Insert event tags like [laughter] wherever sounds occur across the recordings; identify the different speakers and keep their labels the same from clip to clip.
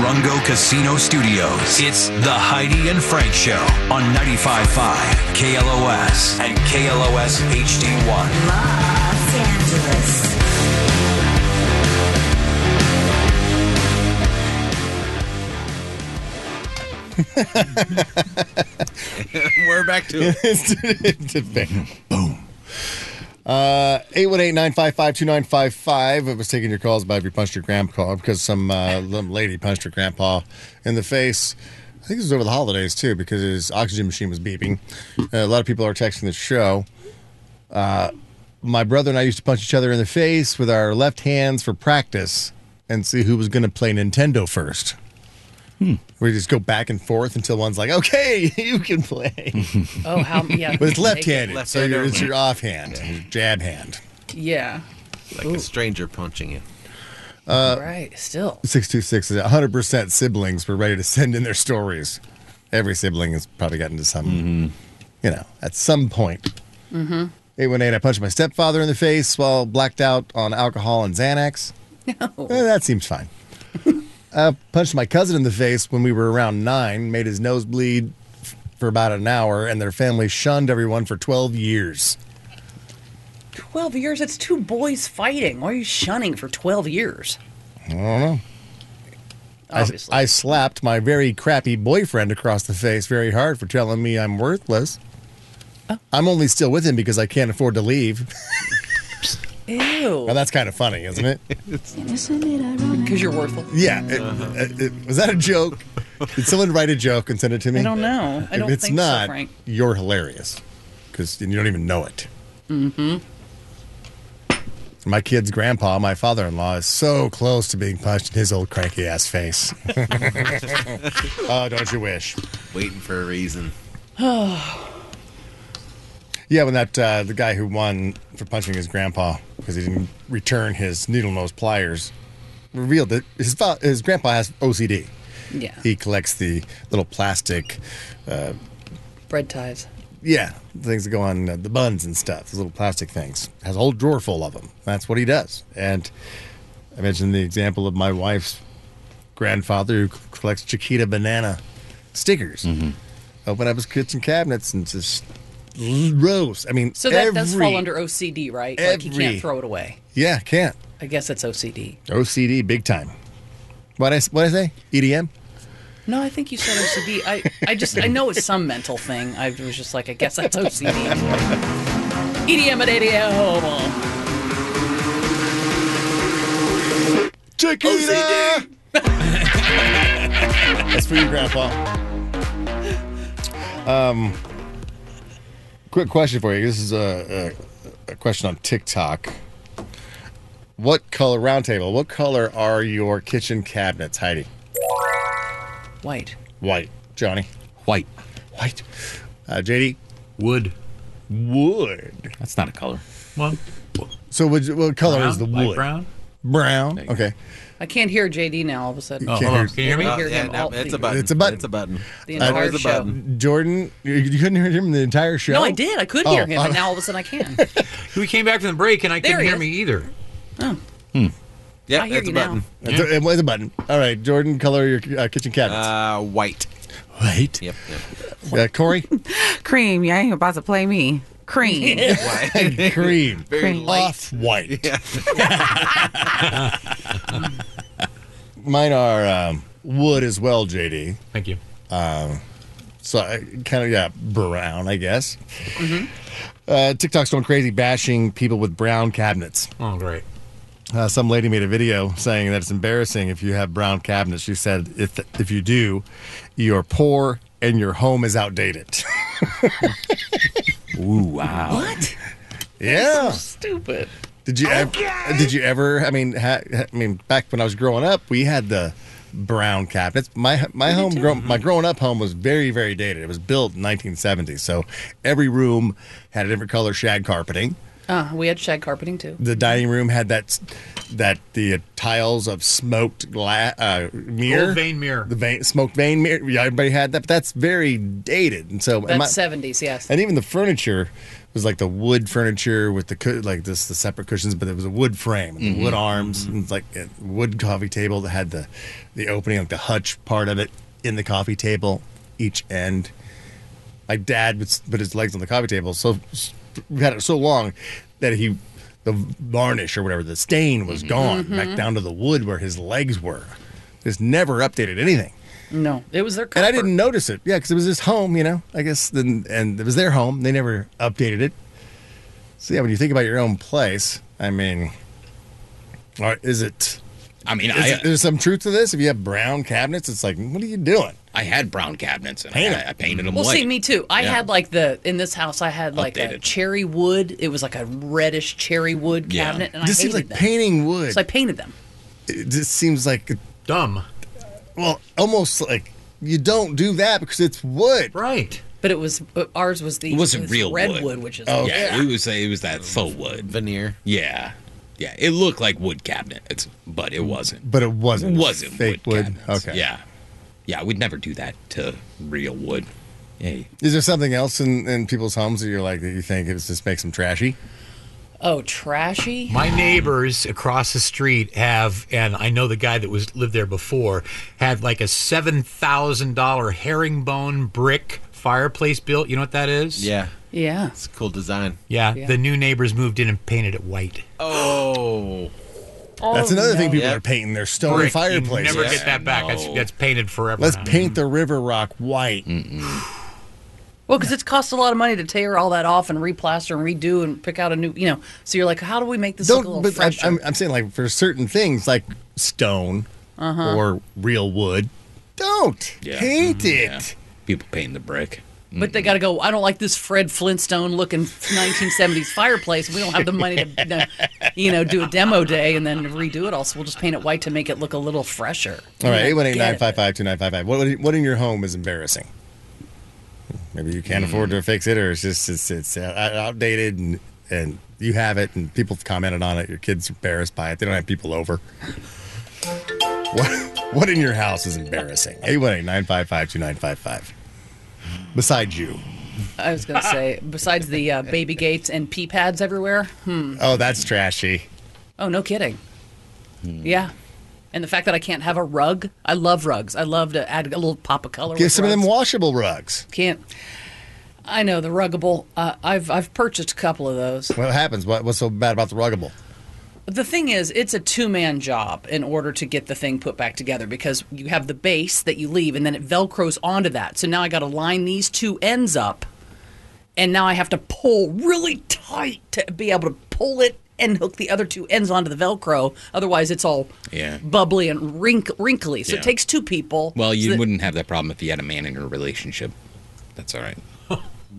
Speaker 1: Bungo Casino Studios. It's the Heidi and Frank Show on 95.5 KLOS and KLOS HD1.
Speaker 2: Los Angeles.
Speaker 3: We're back to it.
Speaker 4: Boom. Uh, 818-955-2955. I was taking your calls about if you punched your grandpa because some uh, little lady punched her grandpa in the face. I think this was over the holidays too because his oxygen machine was beeping. Uh, a lot of people are texting the show. Uh, my brother and I used to punch each other in the face with our left hands for practice and see who was going to play Nintendo first. We just go back and forth until one's like, "Okay, [laughs] you can play."
Speaker 5: Oh,
Speaker 4: [laughs]
Speaker 5: how? Yeah.
Speaker 4: But it's left-handed,
Speaker 3: Left
Speaker 4: so
Speaker 3: hand
Speaker 4: your, it's
Speaker 3: only.
Speaker 4: your offhand, your jab hand.
Speaker 5: Yeah.
Speaker 3: Like a stranger punching you.
Speaker 4: Uh,
Speaker 5: right. Still.
Speaker 4: 626 is 100% siblings were ready to send in their stories. Every sibling has probably gotten to some, you know, at some point. Mm-hmm. 818, I punched my stepfather in the face while blacked out on alcohol and Xanax. No. that seems [laughs] fine. I punched my cousin in the face when we were around nine, made his nose bleed f- for about an hour, and their family shunned everyone for 12 years.
Speaker 5: 12 years. It's two boys fighting. Why are you shunning for 12 years? I
Speaker 4: I,
Speaker 5: don't know. Obviously.
Speaker 4: I slapped my very crappy boyfriend across the face very hard for telling me I'm worthless.
Speaker 5: Oh.
Speaker 4: I'm only still with him because I can't afford to leave.
Speaker 5: Ew.
Speaker 4: Well, that's kind of funny, isn't
Speaker 5: [laughs]
Speaker 4: it?
Speaker 5: Because you're worthless.
Speaker 4: yeah. it- it- it- was that a joke? Did someone write a joke and send it to me?
Speaker 5: I don't know. I
Speaker 4: If
Speaker 5: don't
Speaker 4: it's
Speaker 5: think
Speaker 4: not,
Speaker 5: so, Frank.
Speaker 4: you're hilarious because you don't even know it. Mm-hmm. My kid's grandpa, my father-in-law, is so close to being punched in his old cranky ass face. [laughs] oh, don't you wish?
Speaker 3: Waiting for a reason.
Speaker 4: Yeah, when that uh, the guy who won for punching his grandpa because he didn't return his needle nose pliers revealed that his fa- his grandpa has OCD.
Speaker 5: Yeah.
Speaker 4: He collects the little plastic,
Speaker 5: Bread ties.
Speaker 4: yeah, things that go on uh, the buns and stuff. Those little plastic things has a whole drawer full of them. That's what he does. And I mentioned the example of my wife's grandfather who c- collects Chiquita banana stickers.
Speaker 5: Mm-hmm.
Speaker 4: Uh, Open up his kitchen cabinets and just l- rows. I mean,
Speaker 5: So that does
Speaker 4: every-
Speaker 5: fall under OCD, right? like he
Speaker 4: every-
Speaker 5: can't throw it away.
Speaker 4: Yeah, can't.
Speaker 5: I guess it's OCD.
Speaker 4: OCD, big time. E What I what I say? EDM.
Speaker 5: No, I think you said OCD. I, I just, I know it's some mental thing. I was just like, I guess that's OCD. EDM E at 8 a.m.
Speaker 4: Chiquita. [laughs] That's for you, Grandpa. Um, quick question for you. This is a, a, a question on TikTok. What color roundtable? What color are your kitchen cabinets, Heidi?
Speaker 5: White.
Speaker 4: White, Johnny.
Speaker 6: White.
Speaker 4: White. Uh, JD.
Speaker 6: Wood.
Speaker 4: Wood.
Speaker 6: That's not a color.
Speaker 7: Well,
Speaker 4: So, would you- what color is the
Speaker 7: brown, light
Speaker 4: wood?
Speaker 7: brown.
Speaker 4: Brown. Okay.
Speaker 5: I can't hear JD now all of a sudden.
Speaker 7: Oh,
Speaker 4: Can't
Speaker 7: hold on.
Speaker 4: hear-
Speaker 7: Can you hear me?
Speaker 6: Uh,
Speaker 3: Oh,
Speaker 5: Can't hear
Speaker 3: yeah,
Speaker 5: him
Speaker 3: no,
Speaker 5: all
Speaker 3: it's a
Speaker 5: evening.
Speaker 3: button.
Speaker 4: It's a button.
Speaker 3: It's a button.
Speaker 5: The
Speaker 3: That
Speaker 5: entire
Speaker 3: was a
Speaker 5: show.
Speaker 3: button.
Speaker 4: Jordan, you, you couldn't hear him the entire show.
Speaker 5: No, I did. I could hear
Speaker 4: Oh,
Speaker 5: him,
Speaker 4: I-
Speaker 5: and now all of a sudden
Speaker 4: [laughs]
Speaker 5: I can.
Speaker 7: We came back from the break and I
Speaker 5: There
Speaker 7: couldn't
Speaker 5: he
Speaker 7: hear
Speaker 5: is.
Speaker 7: me either.
Speaker 3: Yeah,
Speaker 5: I hear
Speaker 3: it's a
Speaker 5: you now.
Speaker 3: button.
Speaker 4: That's a- it was a button. All right, Jordan, color your uh, kitchen cabinets.
Speaker 3: Uh, white.
Speaker 4: White.
Speaker 3: Yep. yep.
Speaker 4: Uh, Corey,
Speaker 8: Cream, you ain't about to play me. Cream.
Speaker 3: White.
Speaker 4: cream.
Speaker 3: Very
Speaker 8: Cream.
Speaker 3: light.
Speaker 4: Off white. [laughs] Mine are um, wood as well, JD.
Speaker 7: Thank you.
Speaker 4: So I kind of yeah, brown, I guess. Uh, TikTok's going crazy bashing people with brown cabinets.
Speaker 7: Oh, great.
Speaker 4: Uh, some lady made a video saying that it's embarrassing if you have brown cabinets. She said, if, if you do, you're poor and your home is outdated. [laughs]
Speaker 6: Ooh, wow.
Speaker 5: What?
Speaker 4: yeah.
Speaker 5: Stupid.
Speaker 4: Did you ever? Did you ever? I mean, ha, ha- I mean, back when I was growing up, we had the brown cabinets. My my home, grow, my growing up home was very very dated. It was built in 1970, so every room had a different color shag carpeting.
Speaker 5: Uh, we had shag carpeting too.
Speaker 4: The dining room had that s- that the tiles of smoked glass uh, mirror,
Speaker 7: Gold vein mirror.
Speaker 4: the vein, smoked vein mirror. Yeah, everybody had that, but that's very dated, and so and
Speaker 5: That's
Speaker 4: my-
Speaker 5: seventies, yes.
Speaker 4: and even the furniture was like the wood furniture with the cu- like this the separate cushions, but it was a wood frame, and the wood arms, and it's like a wood coffee table that had the the opening, like the hutch part of it in the coffee table, each end. My dad would s- put his legs on the coffee table, so we had it so long that he the varnish or whatever the stain was gone back down to the wood where his legs were. Just never updated anything.
Speaker 5: No, it was their
Speaker 4: And
Speaker 5: comfort.
Speaker 4: I didn't notice it. Yeah, because it was his home, you know. I guess then, and it was their home. They never updated it. So yeah, when you think about your own place, I mean, or is it?
Speaker 6: I mean,
Speaker 4: Is
Speaker 6: I,
Speaker 4: it- there's some truth to this. If you have brown cabinets, it's like, what are you doing?
Speaker 6: I had brown cabinets and
Speaker 4: Paint 'em.
Speaker 6: I, I painted them
Speaker 5: Well,
Speaker 6: white.
Speaker 5: see, me too. I
Speaker 6: Yeah.
Speaker 5: had like the in this house, I had like a
Speaker 6: Updated.
Speaker 5: cherry wood. It was like a reddish cherry wood
Speaker 6: Yeah.
Speaker 5: cabinet, and
Speaker 4: this
Speaker 5: I hated
Speaker 4: seems like
Speaker 5: them.
Speaker 4: painting wood.
Speaker 5: So I painted them.
Speaker 4: it just seems like,
Speaker 7: Dumb.
Speaker 4: well, almost like you don't do that because it's wood.
Speaker 7: Right.
Speaker 5: But it was but ours was the
Speaker 6: It wasn't
Speaker 5: this
Speaker 6: real
Speaker 5: redwood,
Speaker 6: wood.
Speaker 5: which is
Speaker 4: Oh,
Speaker 6: yeah, it was it was that faux wood.
Speaker 3: Veneer.
Speaker 6: Yeah, yeah, it looked like wood cabinet, it's, but it wasn't.
Speaker 4: But it wasn't.
Speaker 6: wasn't
Speaker 4: fake
Speaker 6: wood.
Speaker 4: wood.
Speaker 6: cabinets.
Speaker 4: Okay.
Speaker 6: Yeah, yeah, I would never do that to real wood. Hey,
Speaker 4: Is there something else in, in people's homes that you're like that you think it just makes them trashy?
Speaker 5: oh trashy.
Speaker 7: My neighbors across the street have, and I know the guy that was lived there before had like a seven thousand dollar herringbone brick fireplace built. You know what that is?
Speaker 3: Yeah.
Speaker 5: yeah,
Speaker 3: It's a cool design.
Speaker 7: Yeah.
Speaker 5: Yeah.
Speaker 7: The new neighbors moved in and painted it white.
Speaker 3: Oh.
Speaker 4: That's
Speaker 5: Oh,
Speaker 4: another thing people
Speaker 3: Yep.
Speaker 4: are painting their stone
Speaker 7: Brick.
Speaker 4: fireplaces.
Speaker 7: You never
Speaker 3: Yeah,
Speaker 7: get that back. That's,
Speaker 6: no.
Speaker 7: that's painted forever.
Speaker 4: Let's
Speaker 7: now.
Speaker 4: paint the river rock white.
Speaker 5: Mm. Well, because it's cost a lot of money to tear all that off and replaster and redo and pick out a new, you know. So you're like, how do we make this look a little
Speaker 4: Don't. But I,
Speaker 5: fresher?
Speaker 4: I'm, I'm saying like for certain things like stone
Speaker 5: Uh-huh.
Speaker 4: or real wood, don't
Speaker 6: Yeah. Mm,
Speaker 4: paint it.
Speaker 6: yeah, people paint the brick.
Speaker 5: but they got to go. I don't like this Fred Flintstone looking 1970s fireplace. We don't have the money to, you know, do a demo day and then redo it all. So we'll just paint it white to make it look a little fresher.
Speaker 4: All right, eight one eight
Speaker 5: Get
Speaker 4: nine
Speaker 5: it.
Speaker 4: five five two nine five five. What what in your home is embarrassing? Maybe you
Speaker 5: Hmm.
Speaker 4: can't afford to fix it, or it's just it's, it's uh, out- outdated and and you have it, and people have commented on it. Your kids are embarrassed by it. They don't have people over. What what in your house is embarrassing? Eight one eight nine five five two nine five five. Besides you,
Speaker 5: I was going to say, besides the uh, baby gates and pee pads everywhere. Hmm.
Speaker 4: oh that's trashy.
Speaker 5: Oh, no kidding.
Speaker 4: Hmm.
Speaker 5: Yeah. And the fact that I can't have a rug. I love rugs. I love to add a little pop of color.
Speaker 4: Give
Speaker 5: with
Speaker 4: some of
Speaker 5: rugs.
Speaker 4: them washable rugs.
Speaker 5: Can't. I know the ruggable. Uh, I've I've purchased a couple of those.
Speaker 4: What happens? What, what's so bad about the ruggable?
Speaker 5: The thing is, it's a two man job in order to get the thing put back together because you have the base that you leave and then it velcros onto that. So now I got to line these two ends up and now I have to pull really tight to be able to pull it and hook the other two ends onto the velcro. Otherwise, it's all
Speaker 6: Yeah.
Speaker 5: bubbly and wrink- wrinkly. So
Speaker 6: Yeah.
Speaker 5: it takes two people.
Speaker 6: Well, you
Speaker 5: So that-
Speaker 6: wouldn't have that problem if you had a man in your relationship. That's all right.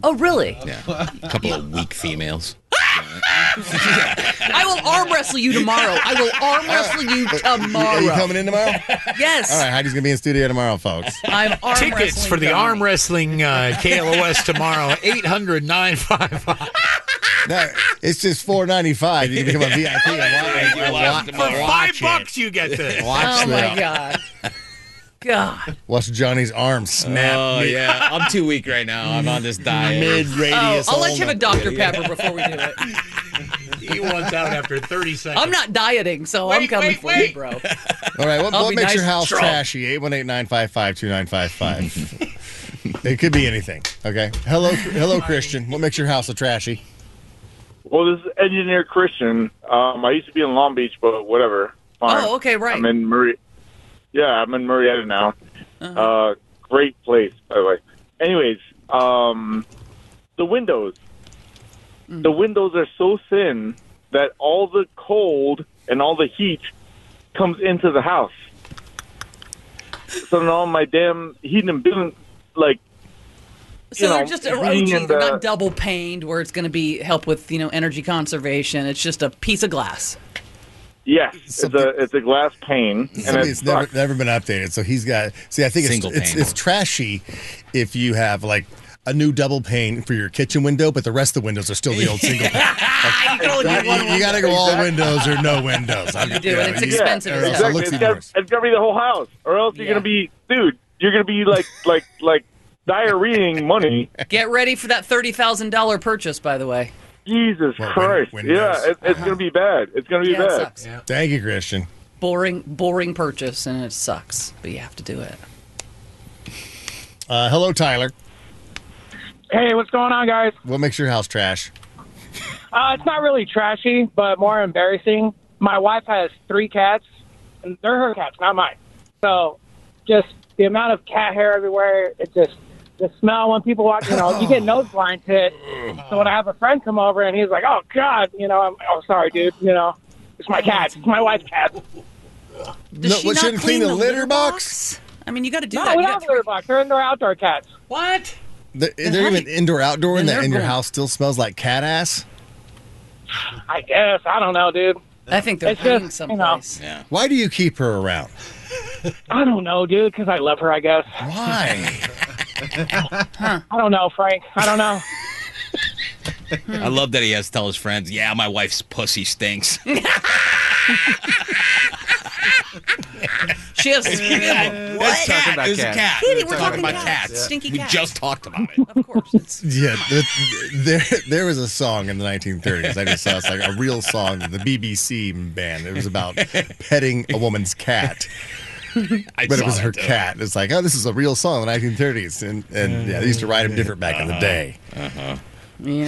Speaker 5: Oh, really?
Speaker 4: [laughs]
Speaker 6: Yeah, a couple of weak females.
Speaker 5: I will arm wrestle you tomorrow. I will
Speaker 6: [laughs]
Speaker 5: arm wrestle you
Speaker 4: Are you
Speaker 5: tomorrow.
Speaker 4: coming in tomorrow?
Speaker 5: Yes.
Speaker 4: All right, Heidi's gonna be in studio tomorrow, folks.
Speaker 5: I'm arm
Speaker 7: Tickets
Speaker 5: wrestling
Speaker 7: for the
Speaker 5: Johnny.
Speaker 7: arm wrestling uh, KLOS tomorrow, 800 955.
Speaker 4: No, [laughs] it's just four ninety five. You can become
Speaker 6: [laughs]
Speaker 4: a VIP. and wa-
Speaker 6: Watch
Speaker 7: For
Speaker 6: tomorrow.
Speaker 7: five bucks, you get this.
Speaker 5: Oh,
Speaker 4: Watch,
Speaker 5: my
Speaker 4: that.
Speaker 5: God. God.
Speaker 4: watch Johnny's arm snap
Speaker 6: Oh yeah, I'm too weak right now. I'm on this diet.
Speaker 4: mid
Speaker 5: Oh,
Speaker 4: radius.
Speaker 5: I'll let you have a
Speaker 4: only.
Speaker 5: Dr. Pepper before we do it.
Speaker 7: [laughs] He wants out after 30 seconds.
Speaker 5: [laughs] I'm not dieting, so I'm
Speaker 7: Wait,
Speaker 5: coming
Speaker 7: wait,
Speaker 5: for you,
Speaker 7: wait.
Speaker 5: bro.
Speaker 4: All right, what,
Speaker 5: I'll
Speaker 4: what
Speaker 5: be
Speaker 4: makes
Speaker 5: nice
Speaker 4: your
Speaker 5: and
Speaker 4: house
Speaker 5: strong.
Speaker 4: trashy? Eight one eight nine five five two nine five five. It could be anything. Okay. Hello, hello, Christian. What makes your house a trashy?
Speaker 9: Well, this is engineer Christian. Um, I used to be in Long Beach, but whatever. Fine.
Speaker 5: Oh, okay, right.
Speaker 9: I'm in Murray. Yeah, I'm in Marietta now. uh
Speaker 5: Uh-huh.
Speaker 9: great place, by the way. Anyways, um, the windows.
Speaker 5: Mm.
Speaker 9: The windows are so thin that all the cold and all the heat comes into the house. So now my damn heating and building, like
Speaker 5: So
Speaker 9: You
Speaker 5: they're
Speaker 9: know,
Speaker 5: just they're,
Speaker 9: being
Speaker 10: uh,
Speaker 9: in
Speaker 5: OG, they're
Speaker 9: the-
Speaker 5: not double paned where it's going to be help with you know energy conservation. It's just a piece of glass.
Speaker 9: yes, it's
Speaker 4: Something-
Speaker 9: a it's a glass pane, and it
Speaker 4: Somebody's never,
Speaker 9: sucks.
Speaker 4: never been updated, so he's got. See, I think it's,
Speaker 6: Single
Speaker 4: it's
Speaker 6: pane.
Speaker 4: it's trashy if you have like a new double pane for your kitchen window, but the rest of the windows are still the old single pane.
Speaker 5: [laughs] I totally
Speaker 4: you, you got to go all windows or no windows. I'm,
Speaker 5: You do, and it's
Speaker 4: you-
Speaker 5: expensive
Speaker 4: or
Speaker 5: as
Speaker 4: else
Speaker 5: hell.
Speaker 4: it looks
Speaker 9: It's
Speaker 4: even
Speaker 9: got,
Speaker 4: worse.
Speaker 9: it's got to be the whole house, or else you're
Speaker 5: Yeah.
Speaker 9: gonna be, dude. You're gonna be [laughs] like, like, like diarrheaing
Speaker 4: [laughs]
Speaker 9: money.
Speaker 5: Get ready for that thirty thousand dollar purchase, by the way.
Speaker 9: Jesus
Speaker 4: Well, win-
Speaker 9: Christ!
Speaker 4: windows.
Speaker 9: yeah, it, it's
Speaker 4: Uh-huh.
Speaker 9: gonna be bad. It's gonna be
Speaker 5: Yeah, it
Speaker 9: bad.
Speaker 5: sucks.
Speaker 4: Thank you, Christian.
Speaker 5: Boring, boring purchase, and it sucks, but you have to do it.
Speaker 4: Uh, hello, Tyler.
Speaker 10: Hey, what's going on, guys?
Speaker 4: What makes your house trash?
Speaker 10: Uh, it's not really trashy, but more embarrassing. My wife has three cats, and they're her cats, not mine. So, just the amount of cat hair everywhere. It just the smell when people walk. You know, you get nose blind to it. So when I have a friend come over and he's like, "Oh God," you know, I'm oh sorry, dude. You know, it's my cat. It's my wife's cat.
Speaker 5: Does
Speaker 4: No,
Speaker 5: she
Speaker 4: well,
Speaker 5: not
Speaker 4: shouldn't
Speaker 5: clean
Speaker 4: clean the litter
Speaker 5: box? [laughs] I mean, you got to do
Speaker 10: No,
Speaker 5: that.
Speaker 10: we
Speaker 5: You
Speaker 10: don't have
Speaker 5: got-
Speaker 10: a litter box. They're indoor outdoor cats.
Speaker 5: what?
Speaker 4: They're,
Speaker 5: Then
Speaker 4: they're
Speaker 5: how do
Speaker 4: even
Speaker 5: you-
Speaker 4: indoor outdoor, and,
Speaker 5: then
Speaker 4: that,
Speaker 5: they're
Speaker 4: and your
Speaker 5: going-
Speaker 4: house still smells like cat ass.
Speaker 10: I guess I don't know, dude.
Speaker 5: I think they're
Speaker 10: It's just,
Speaker 5: paying
Speaker 10: you know.
Speaker 5: someplace.
Speaker 4: Why do you keep her around?
Speaker 10: I don't know, dude, because I love her. I guess
Speaker 4: Why?
Speaker 10: I don't know, Frank. I don't know.
Speaker 6: I love that he has to tell his friends, yeah, my wife's pussy
Speaker 4: [laughs]
Speaker 6: stinks.
Speaker 5: She
Speaker 4: [laughs]
Speaker 5: has yeah,
Speaker 3: Let's talk about
Speaker 6: It's a
Speaker 3: cats.
Speaker 6: cat.
Speaker 5: Kitty,
Speaker 3: We're
Speaker 5: we're
Speaker 3: talking
Speaker 5: talking
Speaker 6: about
Speaker 5: cats.
Speaker 6: cats.
Speaker 5: Stinky
Speaker 6: We
Speaker 5: cats.
Speaker 6: just talked about it.
Speaker 5: of course.
Speaker 4: [laughs]
Speaker 5: It's,
Speaker 4: yeah, the- there there was a song in the 1930s. I just saw it's like a real song that the BBC band. It was
Speaker 5: [laughs]
Speaker 4: about petting a woman's cat,
Speaker 6: I
Speaker 4: but it
Speaker 6: saw
Speaker 4: was
Speaker 6: that,
Speaker 4: her
Speaker 6: too.
Speaker 4: cat. It's like, oh, this is a real song in the 1930s, and and yeah, they used to write them different back in the day.
Speaker 5: yeah, Uh,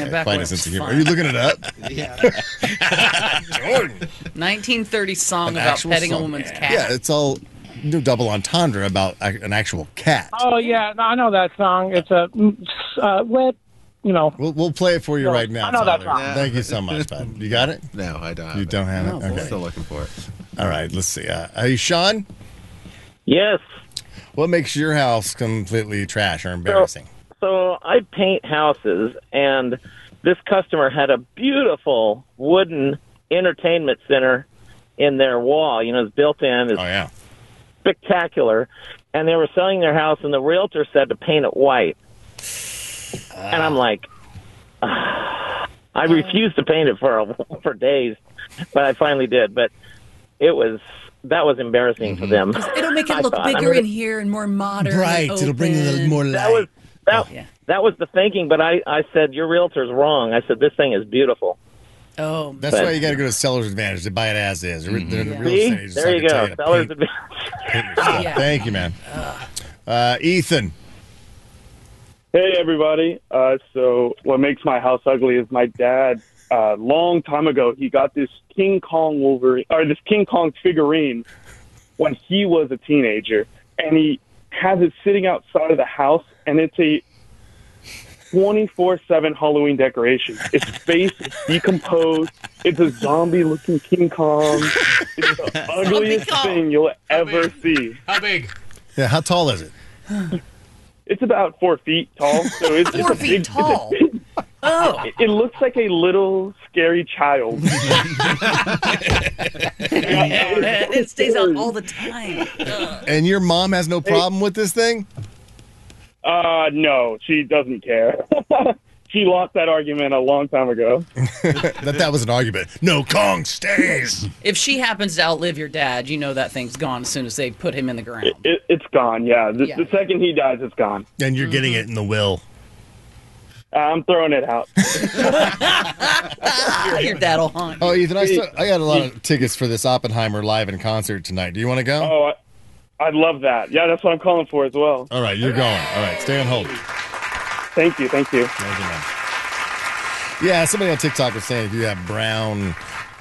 Speaker 5: back when
Speaker 4: Find
Speaker 5: it
Speaker 4: a sense
Speaker 5: was
Speaker 4: of humor. Are
Speaker 5: fun. [laughs]
Speaker 4: you looking it up? [laughs]
Speaker 5: 1930 song about
Speaker 4: actual
Speaker 5: petting a
Speaker 4: song.
Speaker 5: woman's cat.
Speaker 4: Yeah, it's all no double entendre about a- an actual cat.
Speaker 10: Oh yeah, no, I know that song. It's a mm, uh, wet, you know.
Speaker 4: We'll, we'll play it for you
Speaker 10: No,
Speaker 4: right now.
Speaker 10: I know that
Speaker 4: Tyler.
Speaker 10: song.
Speaker 4: Thank you so much, bud. You got it?
Speaker 3: No, I don't. have
Speaker 4: You
Speaker 3: it.
Speaker 9: Oh,
Speaker 4: don't have it?
Speaker 5: No,
Speaker 4: okay.
Speaker 3: Still looking for it.
Speaker 4: All right, let's see. Uh, are you Sean?
Speaker 9: Yes.
Speaker 4: What makes your house completely trash or embarrassing?
Speaker 9: So I paint houses, and this customer had a beautiful wooden entertainment center in their wall. You know, it's built in. It's
Speaker 4: Oh, yeah.
Speaker 9: spectacular, and they were selling their house, and the realtor said to paint it white. and I'm like, [sighs] I refused to paint it for [laughs] a, for days, but I finally did. But it was that was embarrassing for them.
Speaker 5: It'll make
Speaker 9: I
Speaker 5: it look
Speaker 9: thought, I
Speaker 5: bigger
Speaker 9: mean,
Speaker 5: in here and more modern. and
Speaker 4: Right. It'll bring in a little
Speaker 5: open.
Speaker 4: more
Speaker 9: That was
Speaker 4: light.
Speaker 9: that,
Speaker 5: Yeah.
Speaker 9: that was the thinking, but I I said your realtor's wrong. I said this thing is beautiful.
Speaker 5: Oh, man.
Speaker 4: That's why you got to go to seller's advantage to buy it as is. Re- they're the
Speaker 5: Yeah.
Speaker 4: real
Speaker 9: Mm-hmm. See, there
Speaker 4: estate agents like
Speaker 9: you
Speaker 4: to tell
Speaker 9: go.
Speaker 4: to
Speaker 9: Sellers
Speaker 4: paint-
Speaker 9: advantage.
Speaker 4: paint your stuff.
Speaker 5: Yeah.
Speaker 4: Thank you, man. Uh, Ethan.
Speaker 11: Hey, everybody. Uh, so, what makes my house ugly is my dad. Uh, long time ago, he got this King Kong Wolverine or this King Kong figurine when he was a teenager, and he has it sitting outside of the house, and it's a twenty-four-seven Halloween decoration. Its face is decomposed. It's a zombie-looking King Kong. It's
Speaker 5: [laughs]
Speaker 11: the ugliest
Speaker 5: Kong.
Speaker 11: thing you'll ever see.
Speaker 7: How big?
Speaker 4: Yeah, how tall is it?
Speaker 11: It's about four feet tall, so it's it's
Speaker 5: four
Speaker 11: a big-
Speaker 5: feet
Speaker 4: [laughs]
Speaker 5: tall. [laughs] Oh,
Speaker 11: It looks like a little scary child.
Speaker 5: it stays out all the time.
Speaker 4: And your mom has no problem with this thing?
Speaker 11: Uh, no, she doesn't care. [laughs] she lost that argument a long time ago.
Speaker 4: That that was an argument. No, Kong stays.
Speaker 5: If she happens to outlive your dad, you know that thing's gone as soon as they put him in the ground.
Speaker 11: It, it's gone. Yeah. The,
Speaker 5: Yeah.
Speaker 11: the second he dies, it's gone. Uh,
Speaker 4: And you're getting it in the will.
Speaker 11: I'm throwing it out.
Speaker 5: Ah, your dad'll haunt. you.
Speaker 4: Oh, Ethan, I, still, I got a lot of tickets for this Oppenheimer live in concert tonight. Do you want to go?
Speaker 11: Oh, I, I love that. Yeah, that's what I'm calling for as well.
Speaker 4: All right, you're going. All right, stay on hold.
Speaker 11: Thank you. Thank you.
Speaker 4: Thank you, man. Yeah, somebody on TikTok was saying if you have brown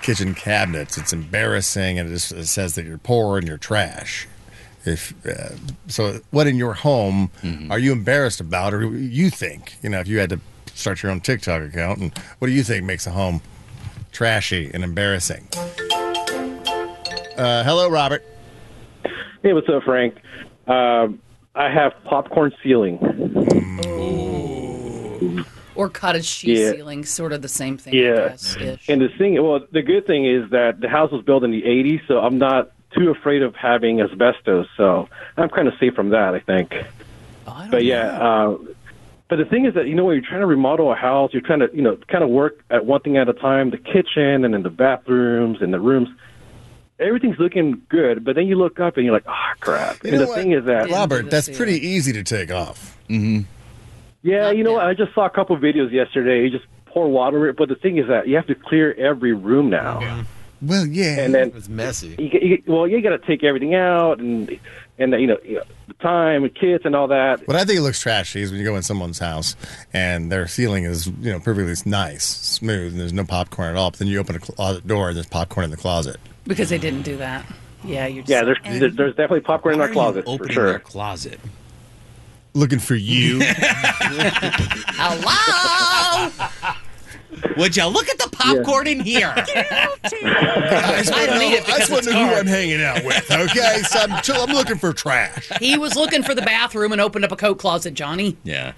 Speaker 4: kitchen cabinets, it's embarrassing, and it, just, it says that you're poor and you're trash. If uh, so, what in your home are you embarrassed about, or you think you know if you had to start your own TikTok account, and what do you think makes a home trashy and embarrassing? Uh, hello, Robert.
Speaker 9: Hey, what's up, Frank? Um, I have popcorn ceiling.
Speaker 5: Or cottage cheese
Speaker 9: Yeah.
Speaker 5: ceiling, sort of the same thing. I
Speaker 11: Yeah.
Speaker 5: guess, ish.
Speaker 9: And the thing, well, the good thing is that the house was built in the '80s, so I'm not too afraid of having asbestos. So I'm kind of safe from that, I think.
Speaker 5: Oh, I don't
Speaker 9: But yeah, uh, but the thing is that you know when you're trying to remodel a house, you're trying to you know kind of work at one thing at a time, the kitchen and then the bathrooms and the rooms.
Speaker 11: everything's looking good, but then you look up and you're like, ah, crap.
Speaker 4: You
Speaker 11: and
Speaker 4: know
Speaker 11: the
Speaker 4: what?
Speaker 11: thing is that
Speaker 4: Robert, that's pretty easy to take off.
Speaker 11: Mm-hmm. Yeah, you know what? I just saw a couple videos yesterday. You just pour water over it, but the thing is that you have to clear every room now.
Speaker 4: Well, yeah,
Speaker 11: And then
Speaker 3: it's messy.
Speaker 11: You, you, well, you got to take everything out and and you know, you know the time and kids and all that.
Speaker 4: What I think it looks trashy is when you go in someone's house and their ceiling is, you know, perfectly nice, smooth, and there's no popcorn at all. But then you open a closet door and there's popcorn in the closet.
Speaker 5: because they didn't do that. Yeah, you're.
Speaker 11: Yeah, there's
Speaker 5: just-
Speaker 11: there's, there's definitely popcorn in our closet for
Speaker 6: opening
Speaker 11: sure.
Speaker 6: their closet?
Speaker 4: Looking for you. [laughs]
Speaker 5: [laughs]
Speaker 6: Hello. Would you look at the popcorn in here?
Speaker 5: [laughs] I don't need it
Speaker 4: I
Speaker 5: because
Speaker 4: just want
Speaker 5: it's
Speaker 4: to know who I'm
Speaker 5: hard.
Speaker 4: hanging out with. Okay, so I'm, chill, I'm looking for trash.
Speaker 5: He was looking for the bathroom and opened up a coat closet, Johnny.
Speaker 6: Yeah.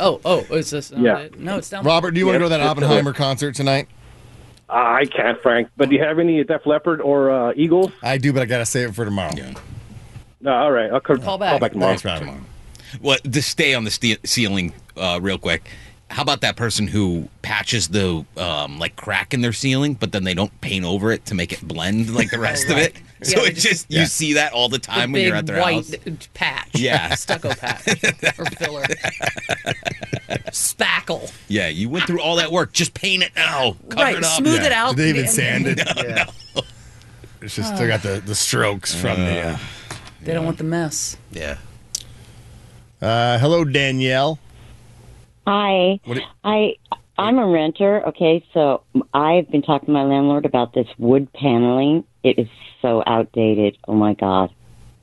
Speaker 5: Oh, oh, is this? not
Speaker 11: Yeah.
Speaker 5: it? No, it's not.
Speaker 4: Robert, do you want to go to that
Speaker 11: Yes, it's-
Speaker 4: Oppenheimer concert tonight?
Speaker 11: I can't, Frank. But do you have any Def Leppard or uh, Eagles?
Speaker 4: I do, but I gotta save it for tomorrow.
Speaker 11: No, all right. I'll call,
Speaker 5: Call
Speaker 11: Call
Speaker 5: back.
Speaker 11: back tomorrow.
Speaker 4: Thanks, Robert.
Speaker 6: Well, to stay on the ste- ceiling uh, real quick, how about that person who patches the um, like crack in their ceiling, but then they don't paint over it to make it blend like the rest of it?
Speaker 5: Yeah,
Speaker 6: So
Speaker 5: they
Speaker 6: it
Speaker 5: just-
Speaker 6: just, you see that all the time when
Speaker 5: big
Speaker 6: you're at their
Speaker 5: white
Speaker 6: house.
Speaker 5: patch.
Speaker 6: Yeah.
Speaker 5: [laughs] stucco patch or filler, spackle.
Speaker 6: Yeah, you went through all that work. Just paint it now. Cover
Speaker 5: Right,
Speaker 6: it up.
Speaker 5: smooth it out.
Speaker 4: Did they even
Speaker 5: and-
Speaker 4: sand it? It's just still got the, the strokes from the. Uh,
Speaker 5: They don't want the mess.
Speaker 3: Yeah.
Speaker 4: uh, hello, Danielle.
Speaker 12: Hi.
Speaker 4: What do-
Speaker 12: I I'm a renter, okay? So I've been talking to my landlord about this wood paneling. It is so outdated. Oh my god.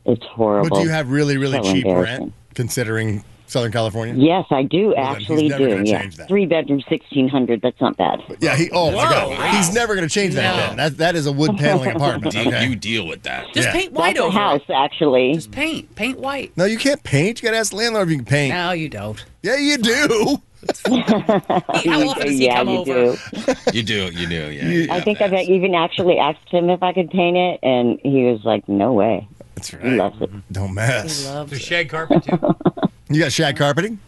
Speaker 12: It's horrible.
Speaker 4: But do you have really, really
Speaker 12: So
Speaker 4: cheap
Speaker 12: embarrassing.
Speaker 4: rent considering Southern California?
Speaker 12: Yes, I do
Speaker 4: Well, then he's
Speaker 12: actually
Speaker 4: never
Speaker 12: do.
Speaker 4: gonna
Speaker 12: Yeah.
Speaker 4: change that.
Speaker 12: 3 bedroom 1600, that's not bad.
Speaker 4: Yeah, he. Oh my God, he's never going to change that.
Speaker 5: No.
Speaker 4: Then. That that is a wood paneling
Speaker 1: [laughs]
Speaker 4: apartment.
Speaker 6: Do you,
Speaker 4: Okay.
Speaker 6: you deal with that.
Speaker 5: Just
Speaker 4: Yeah.
Speaker 5: paint white
Speaker 12: That's a
Speaker 5: over.
Speaker 12: house
Speaker 5: it.
Speaker 12: actually.
Speaker 5: Just paint, paint white.
Speaker 4: No, you can't paint. You got to ask the landlord if you can paint.
Speaker 5: No, you [laughs] don't.
Speaker 4: Yeah, you do.
Speaker 5: How often does he
Speaker 12: yeah,
Speaker 5: come
Speaker 12: you
Speaker 5: over?
Speaker 12: do.
Speaker 6: You do, you do, yeah.
Speaker 12: I think I've even actually asked him if I could paint it and he was like, "No way."
Speaker 4: That's
Speaker 12: He
Speaker 4: right.
Speaker 12: loves it.
Speaker 4: Don't
Speaker 5: He
Speaker 4: mess.
Speaker 5: loves
Speaker 7: There's
Speaker 5: it.
Speaker 7: shag carpet too.
Speaker 4: You got shag carpeting.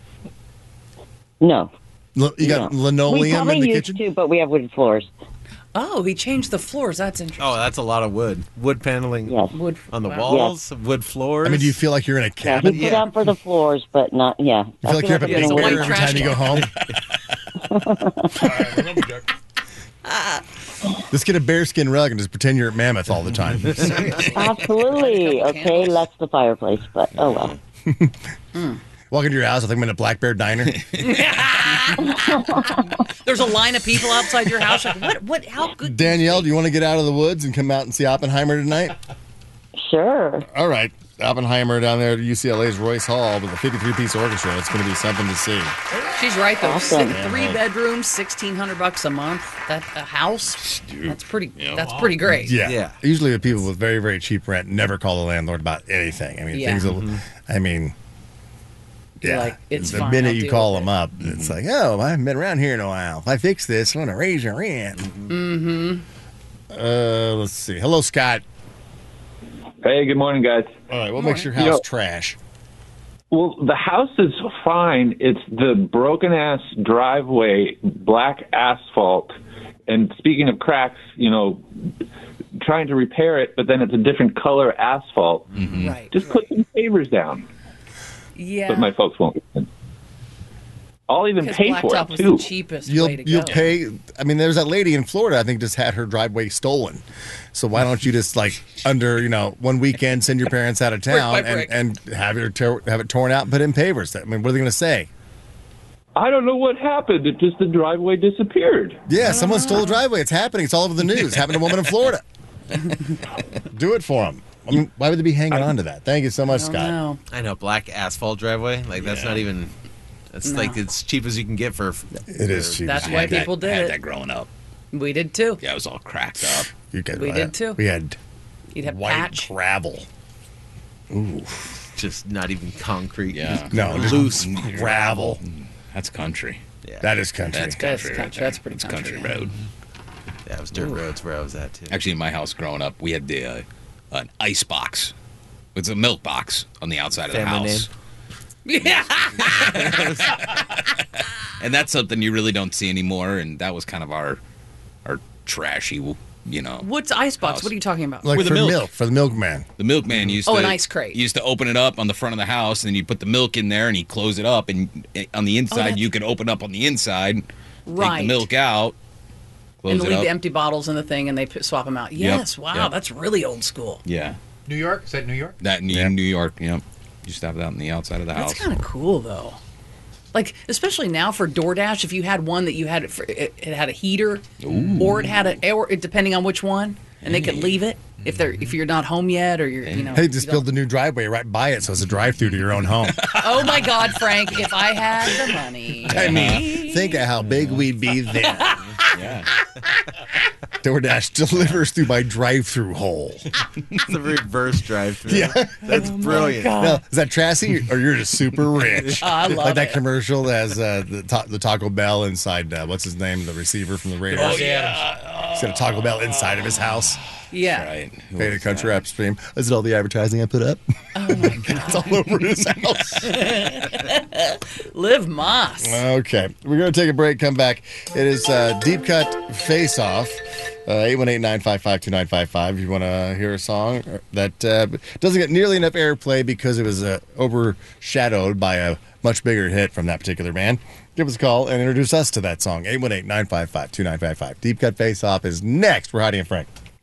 Speaker 12: No.
Speaker 4: L- You got
Speaker 12: no. we
Speaker 4: linoleum
Speaker 12: probably
Speaker 4: in the
Speaker 12: used
Speaker 4: kitchen.
Speaker 12: to, but we have wooden floors.
Speaker 5: Oh, he changed the floors. That's interesting.
Speaker 3: Oh, that's a lot of wood. Wood paneling
Speaker 12: Yes.
Speaker 5: Wood
Speaker 3: on the
Speaker 5: wow.
Speaker 3: walls, wood floors.
Speaker 4: I mean, do you feel like you're in a
Speaker 12: Yeah,
Speaker 4: cabin?
Speaker 12: he put on for
Speaker 5: [laughs]
Speaker 12: the floors, but not yeah.
Speaker 4: You feel like you're up
Speaker 12: I
Speaker 4: a
Speaker 12: feel
Speaker 4: big
Speaker 5: a
Speaker 12: like
Speaker 5: white
Speaker 4: every
Speaker 5: trash
Speaker 4: time you go home. Just get a bearskin rug and just pretend you're at Mammoth all the time.
Speaker 5: [laughs]
Speaker 12: Absolutely. Okay, that's the fireplace, but oh well.
Speaker 4: Walk into your house, I think I'm in a Black Bear Diner.
Speaker 5: There's a line of people outside your house. Like, what? What? How good?
Speaker 4: Danielle, do you want to get out of the woods and come out and see Oppenheimer tonight?
Speaker 12: Sure.
Speaker 4: [laughs] All right. Oppenheimer down there at UCLA's Royce Hall with a 53 piece orchestra. It's going to be something to see.
Speaker 5: She's right though.
Speaker 12: Awesome.
Speaker 5: Si- Three bedrooms, sixteen hundred bucks a month. That a house. That's pretty.
Speaker 6: Yeah.
Speaker 5: That's pretty great.
Speaker 4: Yeah.
Speaker 3: Yeah.
Speaker 4: Usually, with people with very, very cheap rent, never call the landlord about anything. I mean,
Speaker 5: Yeah. Mm-hmm.
Speaker 4: things will, I mean, yeah.
Speaker 5: Like, it's
Speaker 4: the
Speaker 5: fine,
Speaker 4: minute
Speaker 5: I'll
Speaker 4: you
Speaker 5: deal
Speaker 4: call
Speaker 5: with
Speaker 4: them up, it's like, oh, I haven't been around here in a while. If I fix this, I'm going to raise your rent. Mm-hmm. Uh, let's see. Hello, Scott.
Speaker 13: Hey, good morning, guys.
Speaker 4: All right. What makes your house
Speaker 13: You know-
Speaker 4: trash?
Speaker 13: Well, the house is fine. It's the broken ass driveway, black asphalt. And speaking of cracks, you know, trying to repair it, but then it's a different color asphalt.
Speaker 4: Mm-hmm.
Speaker 5: Right.
Speaker 13: Mm-hmm. Just put some pavers down,
Speaker 5: Yeah.
Speaker 13: but my folks won't. listen. I'll even
Speaker 5: Because
Speaker 13: pay for
Speaker 5: blacktop
Speaker 13: it
Speaker 5: was
Speaker 13: too.
Speaker 5: the cheapest
Speaker 4: You'll
Speaker 5: way to
Speaker 4: you'll
Speaker 5: go.
Speaker 4: pay. I mean, there's that lady in Florida. I think just had her driveway stolen. So why don't you just like under you know one weekend send your parents out of town
Speaker 5: by brick.
Speaker 4: and and have your tear, have it torn out and put in pavers. I mean, what are they going to say?
Speaker 13: I don't know what happened. It just the driveway disappeared.
Speaker 4: Yeah, someone stole a driveway. It's happening. It's all over the news. happened to a woman in
Speaker 5: [laughs]
Speaker 4: Florida. Do it for them. I mean, why would they be hanging on to that? Thank you so much,
Speaker 5: I don't
Speaker 4: Scott.
Speaker 5: know.
Speaker 3: I know black asphalt driveway. Like that's not even. That's
Speaker 5: No.
Speaker 3: like as cheap as you can get for.
Speaker 4: It is cheap.
Speaker 5: That's
Speaker 4: as
Speaker 5: why
Speaker 4: you
Speaker 6: Had that-
Speaker 5: people did
Speaker 6: had
Speaker 5: it.
Speaker 6: that growing up.
Speaker 5: We did too.
Speaker 6: Yeah, it was all cracked up.
Speaker 4: you could
Speaker 5: we
Speaker 4: buy
Speaker 5: did
Speaker 4: it.
Speaker 5: too.
Speaker 4: We had
Speaker 5: You'd have
Speaker 4: white
Speaker 5: patch.
Speaker 4: gravel.
Speaker 3: Just not even concrete.
Speaker 6: Yeah.
Speaker 4: No, just
Speaker 3: Loose
Speaker 4: gravel.
Speaker 6: That's country.
Speaker 4: That is country.
Speaker 6: That's
Speaker 5: That's
Speaker 6: country.
Speaker 5: country.
Speaker 6: right there.
Speaker 5: That's pretty
Speaker 6: It's
Speaker 5: country,
Speaker 6: country,
Speaker 5: yeah.
Speaker 6: road.
Speaker 3: Yeah, it was dirt roads where I was at too.
Speaker 6: Actually, in my house growing up, we had the uh, an ice box. It's a milk box on the outside of the
Speaker 3: Family
Speaker 6: house.
Speaker 3: name.
Speaker 5: [laughs] Yeah.
Speaker 6: and that's something you really don't see anymore. And that was kind of our our trashy w- you know.
Speaker 5: What's icebox? What are you talking about?
Speaker 4: Like
Speaker 6: With
Speaker 4: for
Speaker 6: the milk.
Speaker 4: for the milkman.
Speaker 6: The milkman used
Speaker 5: Oh,
Speaker 6: to
Speaker 5: an ice crate.
Speaker 6: Used to open it up on the front of the house, and then you put the milk in there, and you close it up, and eh, on the inside
Speaker 5: Oh, that's-
Speaker 6: you could open up on the inside, take
Speaker 5: Right.
Speaker 6: the milk out, close
Speaker 5: and
Speaker 6: it
Speaker 5: leave
Speaker 6: up.
Speaker 5: the empty bottles in the thing, and they p- swap them out.
Speaker 6: Yep,
Speaker 5: Yes, wow,
Speaker 6: yep.
Speaker 5: that's really old school.
Speaker 6: yeah,
Speaker 7: New York? Is that New York?
Speaker 6: that in New York, you know, you just have that on the outside of the
Speaker 5: That's
Speaker 6: house.
Speaker 5: kind of cool though. Like especially now for DoorDash, if you had one that you had it, for, it, it had a heater,
Speaker 6: Ooh.
Speaker 5: or it had a, or it, depending on which one, and they could leave it if they're if you're not home yet or you're you know.
Speaker 4: hey,
Speaker 5: you
Speaker 4: just
Speaker 5: don't-
Speaker 4: build a new driveway right by it, so it's a drive-through to your own
Speaker 5: [laughs]
Speaker 4: home.
Speaker 5: Oh my God, Frank! If I had the money,
Speaker 4: [laughs] I mean, think of how big we'd be
Speaker 5: [laughs]
Speaker 4: then. [laughs] DoorDash delivers through my drive-through hole.
Speaker 3: it's a reverse drive-through.
Speaker 4: Yeah.
Speaker 3: that's brilliant.
Speaker 4: Now, is that Tracy or you're just super
Speaker 5: [laughs]
Speaker 4: rich?
Speaker 3: Oh, I
Speaker 4: like
Speaker 3: love
Speaker 4: that
Speaker 3: it.
Speaker 4: commercial that has uh, the, ta- the Taco Bell inside. Uh, what's his name? The receiver from the Raiders.
Speaker 5: Oh,
Speaker 7: Devontae Adams.
Speaker 4: He's got a Taco Bell inside of his house.
Speaker 5: yeah.
Speaker 4: Beta Country Upstream. Is it all the advertising I put up?
Speaker 5: Oh my God,
Speaker 4: [laughs] it's all over his house.
Speaker 5: Live Moss.
Speaker 4: Okay, we're going to take a break, come back. It is uh, Deep Cut Face Off, uh, 818 955 2955. If you want to hear a song that uh, doesn't get nearly enough airplay because it was uh, overshadowed by a much bigger hit from that particular band, give us a call and introduce us to that song, 818 955 2955. Deep Cut Face Off is next. We're Heidi and Frank.